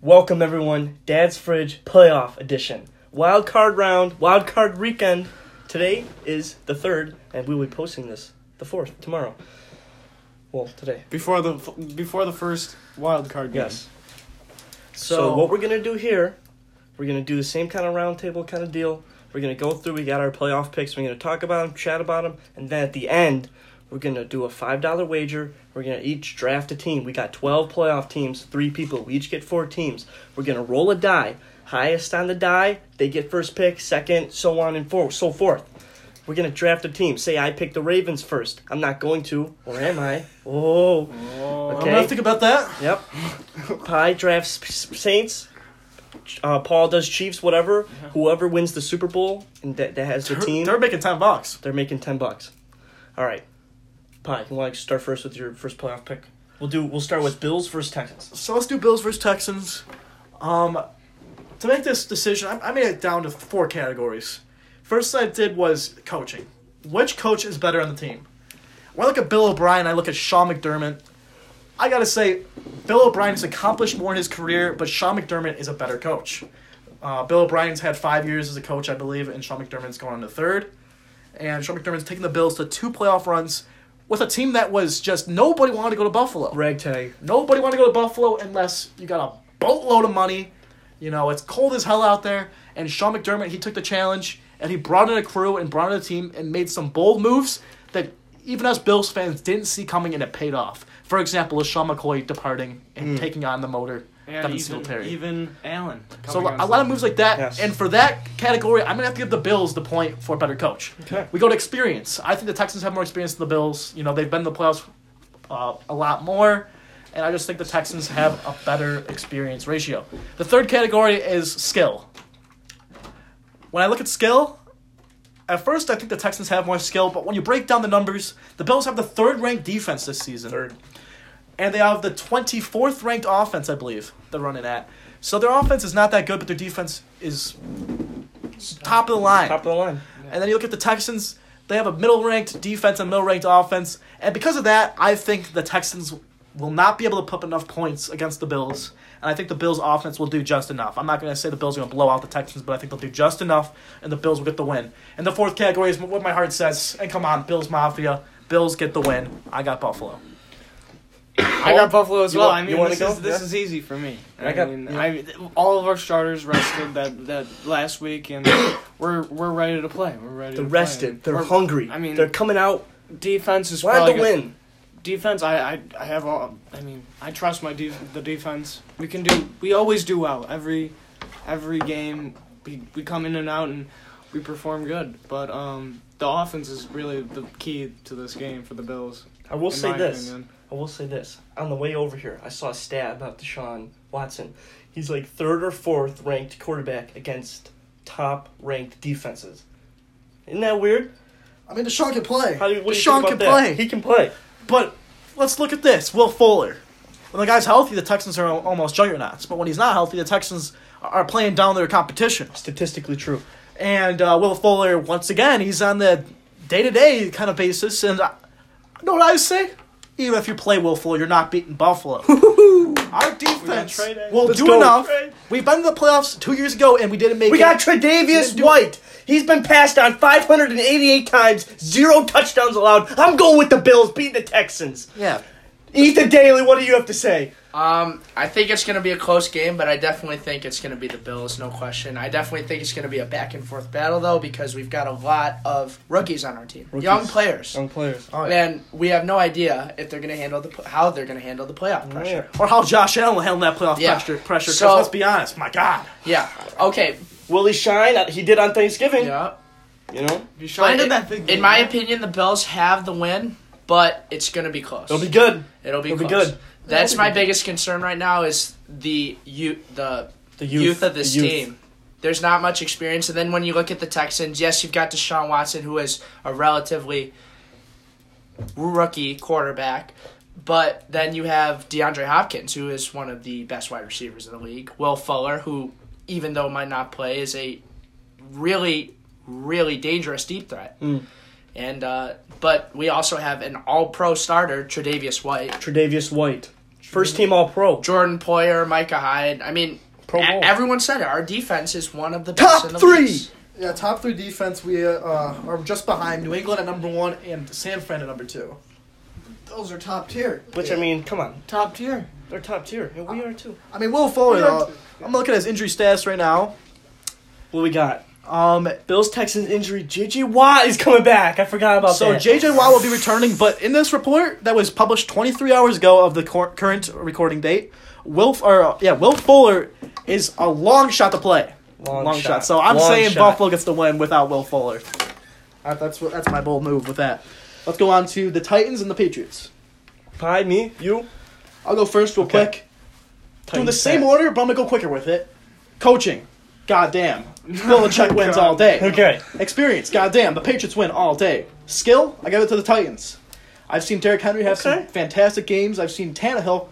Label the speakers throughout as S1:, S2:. S1: Welcome everyone, Dad's Fridge Playoff Edition, Wild Card Round, Wild Card Weekend. Today is the third, and we will be posting this the fourth tomorrow. Well, today,
S2: before the f- before the first wild card game.
S1: yes. So, what we're gonna do here, we're gonna do the same kind of roundtable kind of deal. We're gonna go through. We got our playoff picks. We're gonna talk about them, chat about them, and then at the end, we're gonna do a five dollar wager. We're gonna each draft a team. We got twelve playoff teams, three people. We each get four teams. We're gonna roll a die. Highest on the die, they get first pick. Second, so on and for so forth. We're gonna draft a team. Say I pick the Ravens first. I'm not going to, or am I? Oh.
S2: I'm
S1: Okay.
S2: gonna have to think about that.
S1: Yep. Pie drafts P- Saints. Uh, Paul does Chiefs, whatever. Whoever wins the Super Bowl and that, that has the
S2: They're-
S1: team,
S2: They're making ten bucks.
S1: they're making ten bucks. All right, Pie, you want to start first with your first playoff pick? We'll do. We'll start with Bills versus Texans.
S2: So let's do Bills versus Texans. Um, to make this decision, I, I made it down to four categories. First I did was coaching. Which coach is better on the team? When I look at Bill O'Brien, I look at Sean McDermott. I gotta say, Bill O'Brien has accomplished more in his career, but Sean McDermott is a better coach. Uh, Bill O'Brien's had five years as a coach, I believe, and Sean McDermott's going on to third. And Sean McDermott's taken the Bills to two playoff runs with a team that was just nobody wanted to go to Buffalo.
S1: Ragtag.
S2: Nobody want to go to Buffalo unless you got a boatload of money. You know, it's cold as hell out there. And Sean McDermott, he took the challenge and he brought in a crew and brought in a team and made some bold moves that even us Bills fans didn't see coming and it paid off. For example, with Sean McCoy departing and taking on the motor.
S3: And
S2: Devin
S3: even,
S2: Singletary.
S3: even Allen.
S2: so
S3: coming on
S2: a lot of moves like that,
S1: Yes.
S2: and for that category, I'm gonna have to give the Bills the point for a better coach.
S1: Okay.
S2: We go to experience. I think the Texans have more experience than the Bills. You know, they've been in the playoffs uh, a lot more, and I just think the Texans have a better experience ratio. The third category is skill. When I look at skill, at first I think the Texans have more skill, but when you break down the numbers, the Bills have the third ranked defense this season.
S1: Third.
S2: And they have the 24th ranked offense, I believe, they're running at. So their offense is not that good, but their defense is top of the line.
S1: Top of the line.
S2: And then you look at the Texans, they have a middle ranked defense and middle ranked offense. And because of that, I think the Texans will not be able to put up enough points against the Bills. And I think the Bills' offense will do just enough. I'm not going to say the Bills are going to blow out the Texans, but I think they'll do just enough, and the Bills will get the win. And the fourth category is what my heart says. And come on, Bills Mafia. Bills get the win. I got Buffalo.
S3: I got Buffalo as
S1: You
S3: well.
S1: want-
S3: I
S1: you
S3: mean,
S1: wanna
S3: this,
S1: go?
S3: is, this
S1: Yeah.
S3: is easy for me. I,
S1: I got-
S3: mean,
S1: yeah.
S3: I, all of our starters rested that, that last week, and we're we're ready to play. We're ready.
S1: They're
S3: to play.
S1: rested. They're
S3: We're-
S1: hungry.
S3: I mean,
S1: they're coming out.
S3: defense is
S1: Wanted
S3: probably
S1: to
S3: gonna-
S1: win.
S3: Defense, I, I I have all. I mean, I trust my def- the defense. We can do. We always do well every every game. We we come in and out and we perform good. But um, the offense is really the key to this game for the Bills.
S1: I will
S3: in
S1: say
S3: my
S1: this.
S3: opinion.
S1: I will say this. On the way over here, I saw a stat about Deshaun Watson. He's like third or fourth ranked quarterback against top ranked defenses. Isn't that weird?
S2: I mean, Deshaun can play.
S1: How do you, what do you
S2: Deshaun
S1: think
S2: can
S1: about that?
S2: play.
S1: He can play.
S2: But let's look at this. Will Fuller. When the guy's healthy, the Texans are al- almost juggernauts. But when he's not healthy, the Texans are playing down their competition.
S1: Statistically true.
S2: And uh, Will Fuller, once again, he's on the day to day kind of basis. And I, you know what I say? Even if you play Will Fuller, you're not beating Buffalo. Our defense
S3: Trey Day.
S2: will
S1: Let's
S2: do
S1: go.
S2: enough.
S1: Trey.
S2: We've been to the playoffs two years ago, and we didn't make
S1: We
S2: it.
S1: got Tredavious White. He's been passed on 588 times, zero touchdowns allowed. I'm going with the Bills, beating the Texans.
S2: yeah.
S1: Ethan Daly, what do you have to say?
S4: Um, I think it's going to be a close game, but I definitely think it's going to be the Bills, no question. I definitely think it's going to be a back and forth battle, though, because we've got a lot of rookies on our team, young players,
S1: players.
S4: and we have no idea if they're going to handle the pl- how they're going to handle the playoff pressure.
S2: Or how Josh Allen will handle that playoff
S4: Yeah.
S2: pressure. Pressure. 'Cause
S4: So-
S2: let's be honest. My God.
S4: Yeah. Okay.
S1: Will he shine? Uh, He did on Thanksgiving.
S4: Yeah.
S1: You know?
S3: You sure
S4: But
S3: did
S4: in,
S3: that big
S4: in my opinion, the Bills have the win, but it's going to be close.
S1: It'll be good.
S4: It'll be
S1: It'll be
S4: close.
S1: good.
S4: That's my biggest concern right now is the you the
S1: The
S4: youth, of this
S1: the youth.
S4: team. There's not much experience, and then when you look at the Texans, yes, you've got Deshaun Watson, who is a relatively rookie quarterback, but then you have DeAndre Hopkins, who is one of the best wide receivers in the league. Will Fuller, who even though might not play, is a really, really dangerous deep threat.
S1: Hmm.
S4: And uh, but we also have an All-Pro starter, Tre'Davious White,
S1: Tredavious White. First team All Pro.
S4: Jordan Poyer, Micah Hyde. I mean,
S1: Pro
S4: e-
S1: Bowl.
S4: everyone said it. Our defense is one of the best
S2: Top
S4: in the
S2: three!
S4: league.
S2: Yeah, top three defense. We uh, are just behind New England at number one and San Fran at number two.
S5: Those are top tier.
S1: Which I mean, come on,
S3: Top tier.
S1: they're top tier, and we are too.
S2: I mean, Will Fuller.
S3: We are
S2: Uh, I'm looking at his injury stats right now.
S1: What we got?
S2: Um,
S1: Bills Texans injury. JJ Watt is comoming Ah, back. I forgot about
S2: so
S1: that.
S2: JJ Watt will be returning, but in this report that was published 23 hours ago of the cor- current recording date, Will or uh, yeah, Will Fuller is a long shot to play.
S1: Long
S2: long shot.
S1: shot.
S2: So I'm
S1: Long
S2: saying
S1: shot.
S2: Buffalo gets the win without Will Fuller. Uh, that's what, that's my bold move with that. Let's go on to the Titans and the Patriots.
S1: Hi, me, you.
S2: I'll go first real
S1: Okay.
S2: quick. Doing the same order, but I'm gonna go quicker with it. Coaching, goddamn. Belichick wins all day.
S1: Okay.
S2: Experience, goddamn. The Patriots win all day. Skill, I give it to the Titans. I've seen Derrick Henry have some
S1: Okay.
S2: fantastic games. I've seen Tannehill.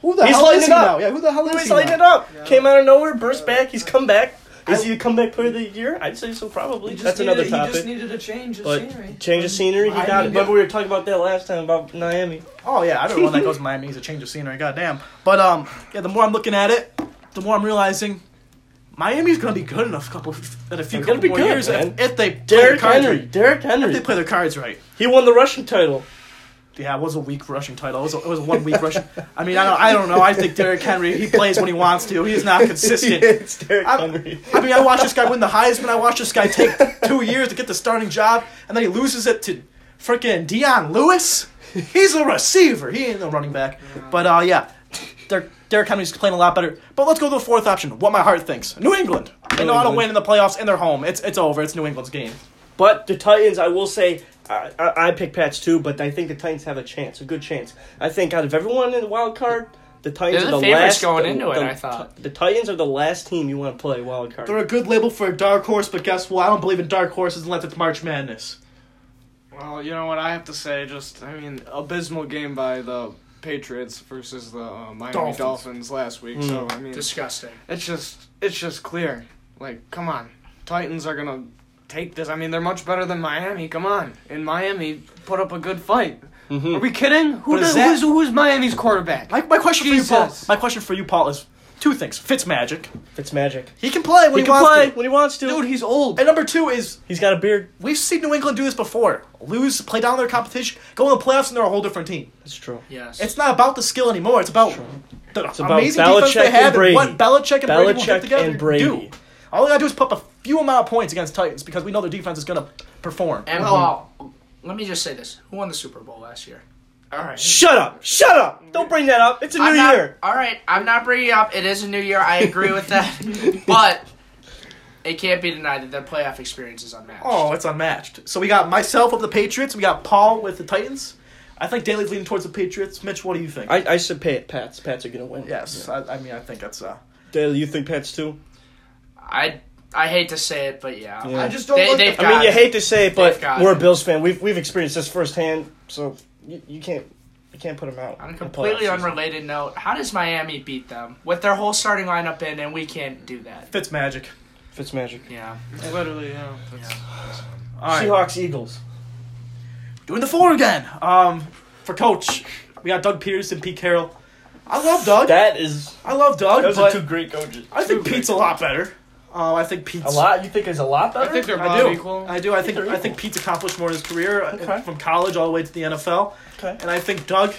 S2: Who the
S1: He's
S2: hell is
S1: lighting
S2: he
S1: it up.
S2: now? Yeah, who the hell is
S1: He's
S2: he
S1: lighting
S2: now?
S1: it up. Came out of nowhere, burst back. He's come back. Is
S2: I-
S1: he a comeback player of the year? I'd say so, probably.
S3: He just
S1: That's
S3: needed-
S1: another
S3: He just
S1: topic.
S3: needed a change of scenery.
S1: But change of scenery, he
S2: I
S1: got it.
S2: mean,
S1: Remember we were talking about that last time about Miami.
S2: Oh yeah, I don't know when that goes to Miami. He's a change of scenery, goddamn. But um, yeah, the more I'm looking at it, the more I'm realizing Miami's gonna be good in a couple in a few
S1: They're gonna
S2: couple
S1: be
S2: more
S1: good,
S2: years
S1: man.
S2: if, if they play their
S1: Derrick
S2: cards
S1: Henry.
S2: right.
S1: Derrick
S2: If they
S1: Henry.
S2: play their cards right.
S1: He won the rushing title.
S2: Yeah, it was a weak rushing title. It was a, it was a one week rushing. I mean, I don't I don't know. I think Derrick Henry he plays when he wants to. He's not consistent.
S1: it's Derrick
S2: I'm-
S1: Henry.
S2: I mean, I watched this guy win the Heisman. I watched this guy take two years to get the starting job, and then he loses it to freaking Dion Lewis. He's a receiver. He ain't no running back. But uh, yeah, Derek, Derek Henry's playing a lot better. But let's go to the fourth option. What my heart thinks. New England. They know how to
S1: England.
S2: win in the playoffs in their home. It's it's over. It's New England's game.
S1: But the Titans, I will say, I, I, I pick Pats too, but I think the Titans have a chance, a good chance. I think out of everyone in the wild card, the Titans
S4: They're
S1: are
S4: the
S1: the
S4: favorites
S1: last.
S4: going
S1: the-
S4: into it,
S1: the-
S4: I thought.
S1: the Titans are the last team you want to play wild card.
S2: They're a good label for a dark horse, but guess what? I don't believe in dark horses unless it's March Madness.
S3: Well, you know what I have to say. Just I mean, abysmal game by the Patriots versus the uh, Miami
S2: Dolphins.
S3: Dolphins. last week. So
S1: Mm.
S3: I mean,
S4: Disgusting.
S3: it's just it's just clear. Like, come on, Titans are gonna take this. I mean, they're much better than Miami. Come on, and Miami put up a good fight.
S1: Mm-hmm.
S3: Are we kidding? Who
S2: But is
S3: does,
S2: that-
S3: who's, who's Miami's quarterback?
S2: My, my question for you, Paul.
S3: Jesus.
S2: My question for you, Paul, is two things. Fitz magic.
S1: It's magic.
S2: He can play when
S1: He
S2: he,
S1: can
S2: wants
S1: play
S2: to.
S1: when he wants to.
S3: Dude, he's old.
S2: And number two is
S1: he's got a beard.
S2: We've seen New England do this before. Lose, play down their competition, go in the playoffs, and they're a whole different team.
S1: That's true.
S4: Yes.
S2: It's not about the skill anymore. It's about the
S1: about
S2: amazing defense
S1: Belichick
S2: they
S1: and
S2: have and, what
S1: Brady.
S2: Belichick and Brady will get
S1: Belichick
S2: together
S1: and Brady.
S2: to do. All they gotta do is put up a few amount of points against Titans because we know their defense is gonna perform.
S4: and
S1: uh-huh.
S4: Paul, let me just say this: Who won the Super Bowl last year? All right.
S1: Shut up! Shut up! Don't bring that up. It's a new
S4: I'm not-
S1: year.
S4: All right, I'm not bringing it up. It is a new year. I agree with that, but it can't be denied that their playoff experience is unmatched.
S2: Oh, it's unmatched. So we got myself with the Patriots. We got Paul with the Titans. I think Daly's leaning towards the Patriots. Mitch, what do you think?
S1: I, I should pay it. Pats. Pats are gonna win.
S2: yes, I, I mean I think that's uh,
S1: Dale, you think Pats too?
S4: I I hate to say it, but yeah,
S1: Yeah.
S5: I just don't
S4: They-
S5: look
S4: they've
S5: at
S4: got-
S1: I mean, you hate to say it, but
S4: They've got
S1: we're a
S4: it.
S1: Bills fan. We've we've experienced this firsthand, so you, you can't you can't put them out.
S4: On
S1: in
S4: a
S1: the
S4: completely
S1: playoffs.
S4: unrelated note, how does Miami beat them with their whole starting lineup in, and we can't do that?
S2: Fitz magic.
S1: Fitz magic.
S4: Yeah,
S3: Literally, yeah. That's-
S2: All right.
S1: Seahawks Eagles.
S2: doing the four again. Um, for coach, we got Doug Peterson, Pete Carroll. I love Doug.
S1: That is.
S2: I love Doug,
S1: Those are
S2: but
S1: two great coaches.
S2: I think Pete's a lot better. Um, I think Pete's
S1: A lot. You think is a lot better?
S3: I think they're
S2: I
S3: about
S2: do.
S3: equal.
S2: I do. I think
S1: they're
S2: I think Pete's accomplished more in his career uh,
S1: Okay.
S2: from college all the way to the NFL.
S1: Okay.
S2: And I think Doug.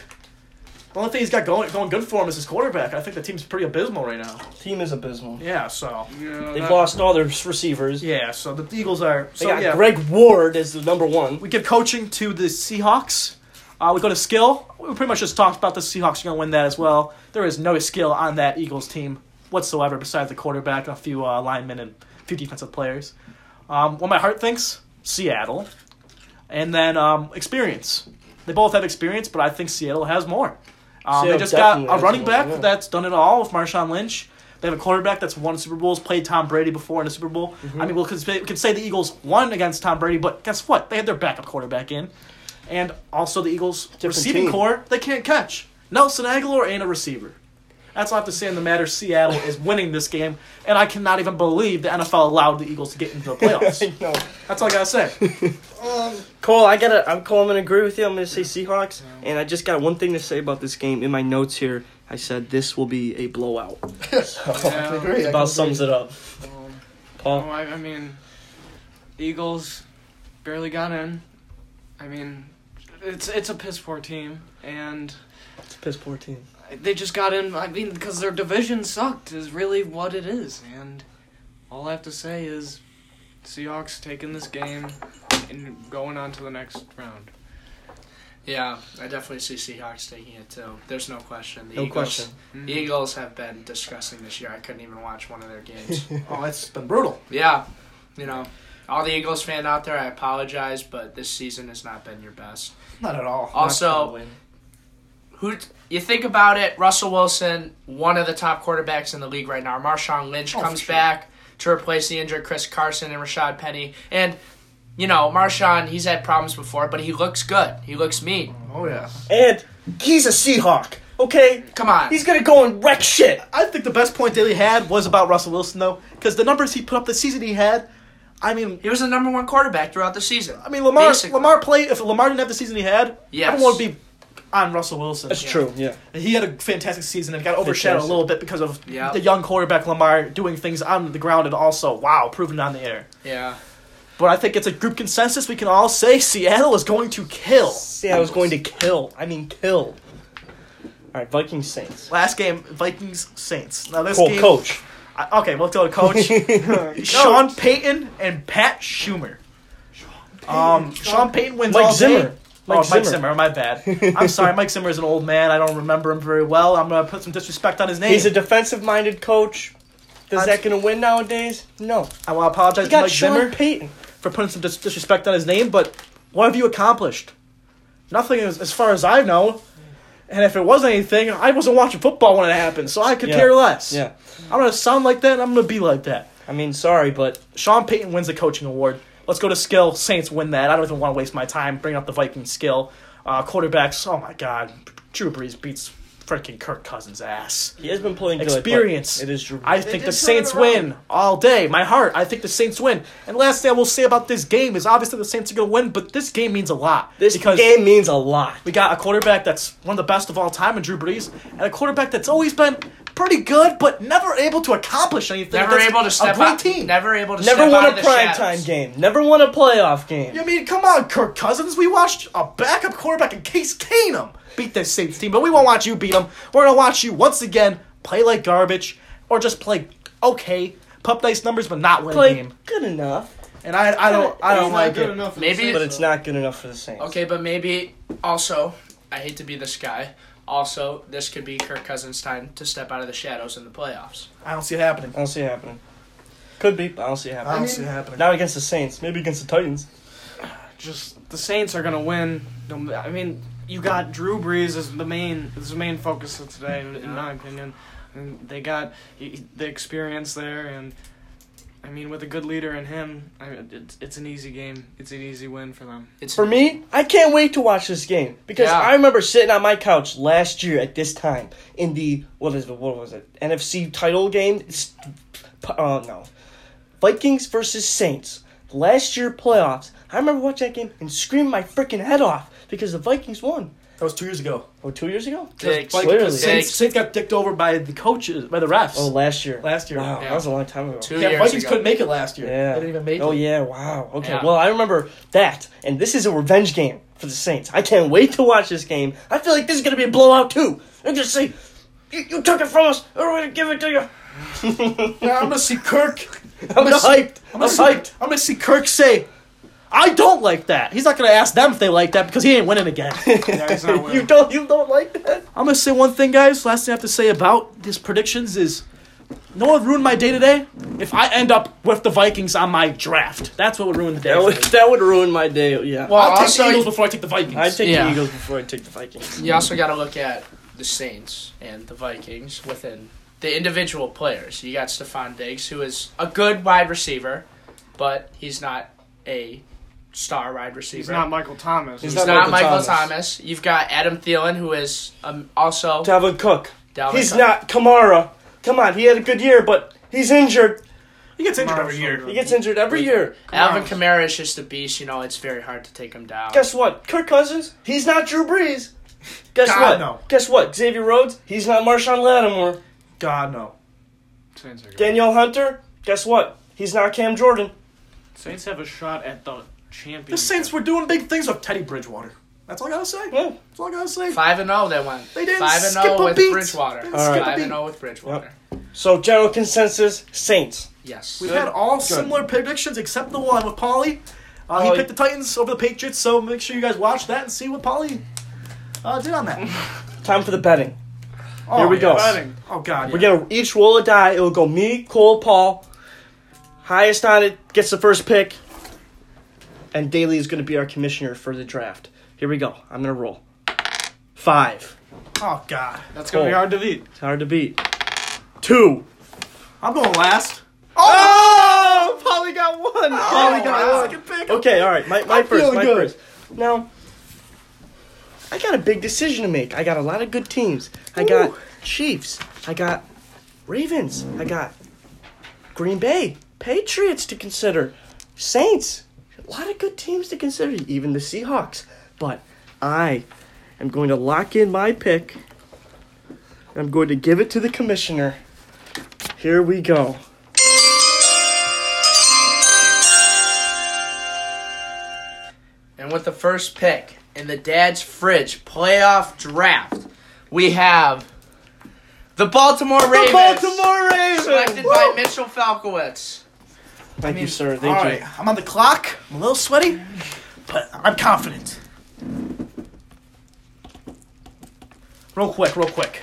S2: The only thing he's got going going good for him is his quarterback. I think the team's pretty abysmal right now.
S1: Team is abysmal.
S2: Yeah. So.
S3: Yeah,
S1: They've
S3: that-
S1: lost all their receivers.
S2: Yeah. So the Eagles are.
S1: They
S2: So
S1: got
S2: yeah.
S1: Greg Ward as the number one.
S2: Um, We give coaching to the Seahawks. Uh, we go to skill. We pretty much just talked about the Seahawks going to win that as well. There is no skill on that Eagles team whatsoever besides the quarterback, a few uh, linemen, and a few defensive players. Um, what my heart thinks, Seattle. And then um, experience. They both have experience, but I think Seattle has more. Um, they
S1: Seattle
S2: just got
S1: definitely
S2: a
S1: has
S2: running
S1: more,
S2: back
S1: yeah.
S2: that's done it all with Marshawn Lynch. They have a quarterback that's won Super Bowls, played Tom Brady before in a Super Bowl.
S1: Mm-hmm.
S2: I mean, we could, say, we could say the Eagles won against Tom Brady, but guess what? They had their backup quarterback in. And also the Eagles' receiving
S1: team.
S2: core, they can't catch. Nelson Aguilar ain't a receiver. That's all I have to say in the matter. Seattle is winning this game, and I cannot even believe the NFL allowed the Eagles to get into the playoffs.
S1: No.
S2: That's all I gotta say.
S5: Um,
S1: Cole, I gotta. I'm Cole. I'm gonna agree with you. I'm gonna say Seahawks, and I just got one thing to say about this game in my notes here. I said this will be a blowout.
S5: I can agree. I can
S1: About sums it up.
S3: Um,
S1: Paul,
S3: Oh, I, I mean, the Eagles barely got in. I mean, it's it's a piss poor team, and
S1: it's a piss poor team.
S3: they just got in. I mean, because their division sucked is really what it is, and all I have to say is, Seahawks taking this game and going on to the next round.
S4: Yeah, I definitely see Seahawks taking it too. There's no question. The
S1: No
S4: Eagles,
S1: question.
S3: Mm.
S4: The Eagles have been disgusting this year. I couldn't even watch one of their games.
S2: Oh, it's been brutal.
S4: yeah, you know, all the Eagles fan out there, I apologize, but this season has not been your best.
S2: Not at all.
S4: Also, who you think about it, Russell Wilson, one of the top quarterbacks in the league right now. Marshawn Lynch
S2: Oh, for
S4: comes
S2: sure.
S4: back to replace the injured Chris Carson and Rashad Penny. And, you know, Marshawn, he's had problems before, but he looks good. He looks mean.
S2: Oh yeah.
S1: and he's a Seahawk. Okay,
S4: Come on.
S1: he's gonna go and wreck shit.
S2: I think the best point Daly had was about Russell Wilson though, because the numbers he put up the season he had. I mean,
S4: he was the number one quarterback throughout the season.
S2: I mean Lamar.
S4: Basically.
S2: Lamar played. If Lamar didn't have the season he had,
S4: Yes.
S2: everyone would be on Russell Wilson.
S1: That's true. Yeah.
S2: He had a fantastic season and got overshadowed a
S1: Fantastic.
S2: little bit because of
S4: Yeah.
S2: the young quarterback Lamar doing things on the ground and also wow, proving it on the air.
S4: Yeah.
S2: But I think it's a group consensus we can all say Seattle is going to kill.
S1: See, I was going to kill. I mean, kill. All right, Vikings Saints.
S2: Last game, Vikings Saints. Now this
S1: Cole,
S2: game,
S1: coach.
S2: I, okay, we'll go to coach Sean Payton and Pat Schumer. Um, Sean Payton wins
S1: Mike
S2: all day.
S1: Zimmer. Mike
S2: oh, Mike
S1: Zimmer.
S2: Zimmer. My bad. I'm sorry. Mike Zimmer is an old man. I don't remember him very well. I'm gonna put some disrespect on his name.
S1: He's a defensive-minded coach. Is that gonna win nowadays? No.
S2: I want to apologize
S1: He
S2: to
S1: got
S2: Mike
S1: Sean
S2: Zimmer
S1: Payton.
S2: for putting some dis- disrespect on his name, but what have you accomplished? Nothing, as, as far as I know. And if it was anything, I wasn't watching football when it happened, so I could
S1: Yeah.
S2: care less.
S1: Yeah.
S2: I'm gonna sound like that. and I'm gonna be like that.
S1: I mean, sorry, but
S2: Sean Payton wins the coaching award. Let's go to skill. Saints win that. I don't even want to waste my time bringing up the Vikings skill. Uh, quarterbacks. Oh my God, Drew Brees beats freaking Kirk Cousins' ass.
S1: he has been playing good. but
S2: Experience.
S1: It is Drew.
S2: I
S5: They
S2: think
S5: did
S2: the
S5: turn it
S2: Saints
S5: around.
S2: win all day. My heart. I think the Saints win. And last thing I will say about this game is obviously the Saints are going to win, but this game means a lot.
S1: this
S2: because
S1: game means a lot.
S2: we got a quarterback that's one of the best of all time in Drew Brees, and a quarterback that's always been pretty good, but never able to accomplish anything.
S4: Never
S2: against
S4: able to step
S2: a great
S4: out.
S2: Team.
S4: Never able to
S1: Never
S4: step
S1: won
S4: out
S1: a
S4: of the shadows.
S1: primetime game. Never won a playoff game.
S2: I mean, come on, Kirk Cousins. We watched a backup quarterback in Case Keenum beat this Saints team, but we won't watch you beat them. We're gonna watch you once again play like garbage, or just play okay, pop nice numbers, but not win a
S1: Played
S2: game.
S1: good enough,
S2: And I, I don't, I don't like it.
S4: Maybe-
S1: but it's not good enough for the Saints.
S4: Okay, but maybe also, I hate to be this guy, also, this could be Kirk Cousins' time to step out of the shadows in the playoffs.
S2: I don't see it happening.
S1: I don't see it happening. Could be, but I don't see it
S2: I
S1: happening.
S2: don't
S5: mean-
S2: see it happening.
S1: Not against the Saints. Maybe against the Titans.
S3: Just the Saints are gonna win. No- I mean, you got Drew Brees as the main is the main focus of today, in, in my opinion. And they got he- the experience there, and I mean, with a good leader in him, I, it's, it's an easy game. It's an easy win for them.
S4: It's
S1: For me, I can't wait to watch this game because
S4: Yeah.
S1: I remember sitting on my couch last year at this time in the what is it? What was it? NFC title game. It's, uh, no, Vikings versus Saints last year playoffs. I remember watching that game and screaming my freaking head off because the Vikings won.
S2: That was two years ago.
S1: Oh, two years ago.
S4: Diggs.
S1: Like, Clearly.
S2: Saints,
S4: Diggs.
S2: Saints got dicked over by the coaches, by the refs.
S1: Oh, last year.
S2: Last year.
S1: Wow,
S4: Yeah.
S1: that was a long time ago.
S4: Two
S2: yeah,
S4: years
S2: Vikings
S4: ago.
S2: couldn't make it last year.
S1: Yeah.
S2: They didn't even make
S1: Oh
S2: it.
S1: yeah, wow. Okay.
S4: Yeah.
S1: Well, I remember that, and this is a revenge game for the Saints. I can't wait to watch this game. I feel like this is gonna be a blowout too. And just say, you, you took it from us. We're gonna give it to you.
S2: Now I'm gonna see Kirk.
S1: I'm
S2: gonna see-
S1: hyped.
S2: I'm
S1: I'm
S2: gonna, see, I'm
S1: hyped.
S2: gonna see Kirk say, "I don't like that." He's not gonna ask them if they like that because he ain't winning again.
S3: Yeah, it's not
S1: You
S3: winning.
S1: don't. You don't like that.
S2: I'm gonna say one thing, guys. Last thing I have to say about these predictions is, no one ruined my day today. If I end up with the Vikings on my draft, that's what would ruin the day. for me.
S1: that would ruin my day. Yeah.
S2: I'll take
S4: also-
S2: the Eagles before I take the Vikings.
S1: I take
S4: Yeah.
S1: the Eagles before I take the Vikings.
S4: You also got to look at the Saints and the Vikings within the individual players. You got Stephon Diggs, who is a good wide receiver, but he's not a star wide receiver.
S3: He's not Michael Thomas.
S1: He's
S4: He's
S1: not
S4: not
S1: Michael Thomas.
S4: Michael Thomas. You've got Adam Thielen, who is um, also
S1: Dalvin Cook.
S4: Dalvin
S1: He's
S4: Cook.
S1: not Kamara. Come on, he had a good year, but he's injured.
S2: He gets injured
S3: Kamara's
S2: every year.
S3: so
S1: He gets injured every year.
S4: Alvin Kamara is just a beast. You know, it's very hard to take him down.
S1: Guess what? Kirk Cousins, he's not Drew Brees. Guess
S2: God,
S1: what?
S2: no.
S1: Guess what? Xavier Rhodes, he's not Marshawn Lattimore.
S2: God no.
S3: Saints are good.
S1: Danielle Hunter, guess what? He's not Cam Jordan.
S3: Saints have a shot at the championship.
S2: The Saints were doing big things with Teddy Bridgewater. That's all I gotta say.
S1: Yeah.
S2: That's all I gotta say.
S4: Five and zero they went.
S2: They didn't
S4: Five and
S2: skip
S4: zero
S2: a
S4: with
S2: beat.
S4: Bridgewater.
S2: They didn't
S1: All right. skip a
S4: Five and
S2: beat.
S4: zero with Bridgewater.
S1: So general consensus, Saints.
S4: Yes.
S2: We've had all
S1: Good.
S2: similar predictions except the one with Paulie. Uh, he
S1: Pauly.
S2: picked the Titans over the Patriots, so make sure you guys watch that and see what Paulie uh, did on that.
S1: Time for the betting.
S2: Oh,
S1: Here we go.
S3: Betting.
S2: Oh God.
S1: We're
S2: yeah.
S1: gonna each roll a die. It'll go me, Cole, Paul. Highest on it gets the first pick. And Daly is gonna be our commissioner for the draft. Here we go. I'm gonna roll. Five.
S2: Oh God.
S3: That's gonna be
S1: Cool.
S3: hard to beat.
S1: It's hard to beat. Two.
S2: I'm going last.
S1: Oh! Polly got one. Polly got one.
S2: Second pick.
S1: Okay, all right. My, my
S5: I'm
S1: first.
S5: feeling
S1: My
S5: good.
S1: first. Now, I got a big decision to make. I got a lot of good teams. I got Chiefs. I got Ravens. I got Green Bay Patriots to consider. Saints. A lot of good teams to consider. Even the Seahawks. But I am going to lock in my pick. I'm going to give it to the commissioner. Here we go.
S4: And with the first pick in the Dad's Fridge playoff draft, we have the Baltimore Ravens.
S1: Baltimore Ravens.
S4: Selected by Mitchell Falkowitz.
S1: Thank you, sir.
S2: All
S1: Thank you.
S2: right. I'm on the clock. I'm a little sweaty, but I'm confident. Real quick, real quick.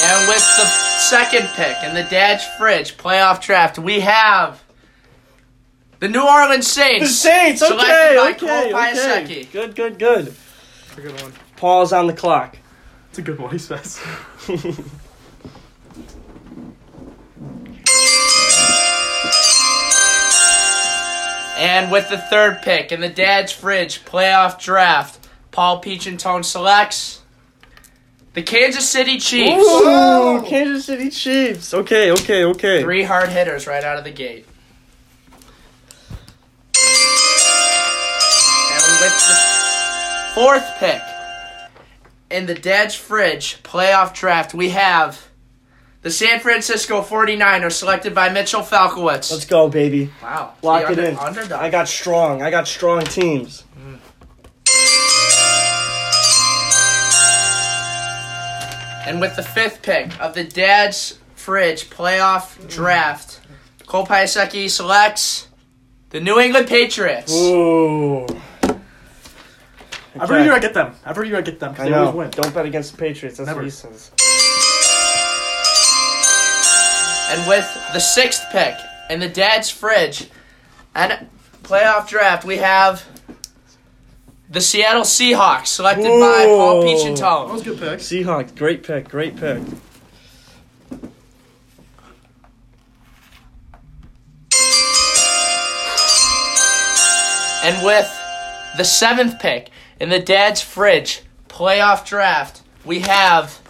S4: And with the second pick in the Dad's Fridge playoff draft, we have the New Orleans Saints.
S1: The Saints.
S4: Selected
S1: Okay,
S4: by
S1: okay,
S4: Cole
S1: okay.
S4: Piasecki.
S1: Good, good, good.
S3: That's a good one.
S1: Pause on the clock.
S2: It's a good one. He says.
S4: And with the third pick in the Dad's Fridge playoff draft, Paul Peach and Tone selects the Kansas City Chiefs.
S1: Ooh, Oh, Kansas City Chiefs. Okay, okay, okay.
S4: Three hard hitters right out of the gate. And with the fourth pick in the Dad's Fridge playoff draft, we have the San Francisco 49ers selected by Mitchell Falkowitz.
S1: Let's go, baby.
S4: wow.
S1: Lock
S4: The
S1: it
S4: under-
S1: in.
S4: Underdog.
S1: I got strong. I got strong teams.
S4: And with the fifth pick of the Dad's Fridge playoff draft, Cole Piasecki selects the New England Patriots.
S1: Ooh.
S2: Every
S1: Okay.
S2: year I get them. Every year I get them because
S1: I
S2: they
S1: know.
S2: always win.
S1: Don't bet against the Patriots. That's
S2: Never.
S1: what he says.
S4: And with the sixth pick in the Dad's Fridge and playoff draft, we have the Seattle Seahawks selected by Paul
S1: Ooh.
S4: Peach and
S2: That was
S4: Tone.
S2: a good picks.
S1: Seahawks. Great pick. Great pick.
S4: And with the seventh pick in the Dad's Fridge playoff draft, we have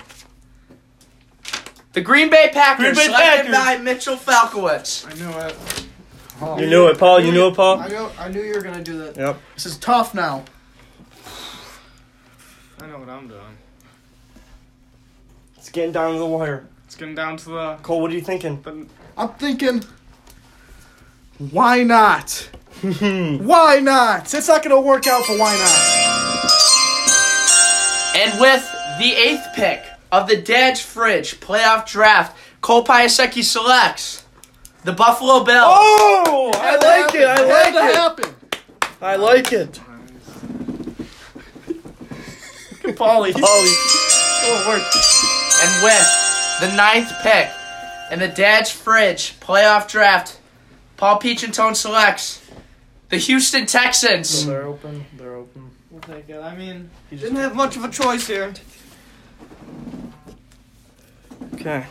S4: the Green Bay Packers
S1: Green Bay
S4: selected
S1: Packers.
S4: by Mitchell Falkowitz.
S3: I knew it.
S1: You knew it, Paul. You knew it, Paul.
S3: I know. I knew you were gonna do that.
S1: Yep.
S2: This is tough now.
S3: I know what I'm doing.
S1: It's getting down to the wire.
S3: It's getting down to the.
S1: Cole, what are you thinking?
S3: the
S2: I'm thinking, why not? why not? It's not gonna work out, but why not?
S4: And with the eighth pick of the Dad's Fridge playoff draft, Cole Piasecki selects the Buffalo Bills.
S1: Oh, I like it. I
S2: Had to
S1: like it.
S2: happen.
S1: I like it.
S2: Paulie, he's
S1: Oh,
S2: oh, work.
S4: And with the ninth pick in the Dad's Fridge playoff draft, Paul Peach and Tone selects the Houston Texans.
S2: They're open. They're open.
S3: we'll take it. I mean,
S1: he
S3: didn't have much of a choice here.
S1: Okay.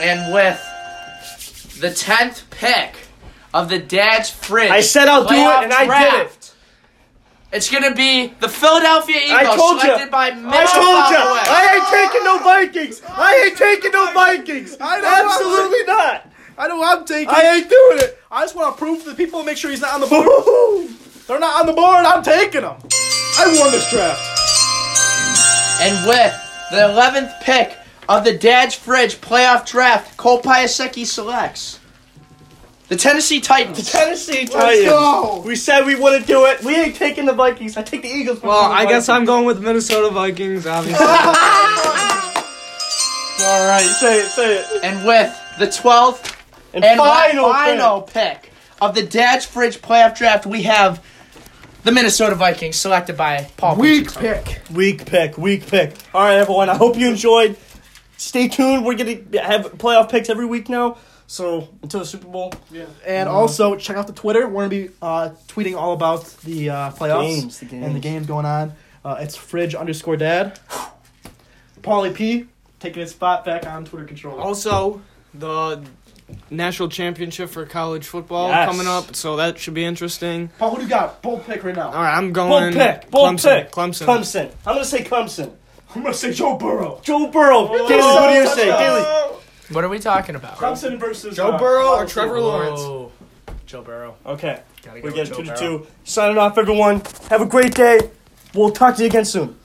S4: And with the tenth pick of the Dad's Fridge.
S1: I said I'll do it,
S4: playoff
S1: and I did
S4: draft. It's gonna be the Philadelphia
S1: I
S4: Eagles
S1: told ya.
S4: selected by Mitchell
S1: I told you,
S4: Trubisky.
S1: I ain't taking no Vikings. I ain't taking no Vikings.
S2: I know.
S1: Absolutely not.
S2: I know what I'm taking. I,
S1: I ain't doing it.
S2: just want to prove to the people and make sure he's not on the board. They're not on the board. I'm taking them. I won this draft.
S4: And with the 11th pick of the Dad's Fridge playoff draft, Cole Piasecki selects the Tennessee Titans.
S1: Tennessee Titans. We said we wouldn't do it. We ain't taking the Vikings. I take the Eagles. before
S3: Well,
S1: the
S3: I guess
S1: Vikings.
S3: I'm going with Minnesota Vikings, obviously.
S1: All right, say it, say it.
S4: And with the 12th
S1: And,
S4: and
S1: final,
S4: final, final pick. of the Dad's Fridge playoff draft, we have the Minnesota Vikings selected by Paul.
S2: Weak
S4: Richardson.
S2: pick.
S1: pick. weak pick, weak pick. All right, everyone. I hope you enjoyed. Stay tuned. We're gonna have playoff picks every week now. So until the Super Bowl Mm-hmm.
S2: And also check out the Twitter. We're gonna be uh, tweeting all about the uh, playoffs
S1: games, the games.
S2: and the games going on. Uh, it's fridge underscore dad. Paulie P taking his spot back on Twitter control.
S3: also, the national championship for college football
S1: Yes.
S3: coming up, so that should be interesting.
S2: Paul, who do you got? Bold pick right now.
S3: All right, I'm
S1: Bold
S3: going.
S1: pick, bold
S3: Clemson,
S1: pick.
S3: Clemson.
S1: Clemson. I'm gonna say Clemson.
S2: I'm gonna say Joe Burrow. Oh,
S1: Joe Burrow. Daly, what do you say? Daly.
S2: Daily.
S4: What are we talking about?
S2: Clemson versus
S3: Joe
S2: uh,
S3: Burrow or
S2: Austin.
S3: Trevor Lawrence?
S4: Whoa. Joe Burrow.
S1: Okay,
S4: Gotta go
S1: we're
S4: with
S1: getting
S4: Joe
S1: two to
S4: Burrow.
S1: two. Signing off, everyone. Have a great day. We'll talk to you again soon.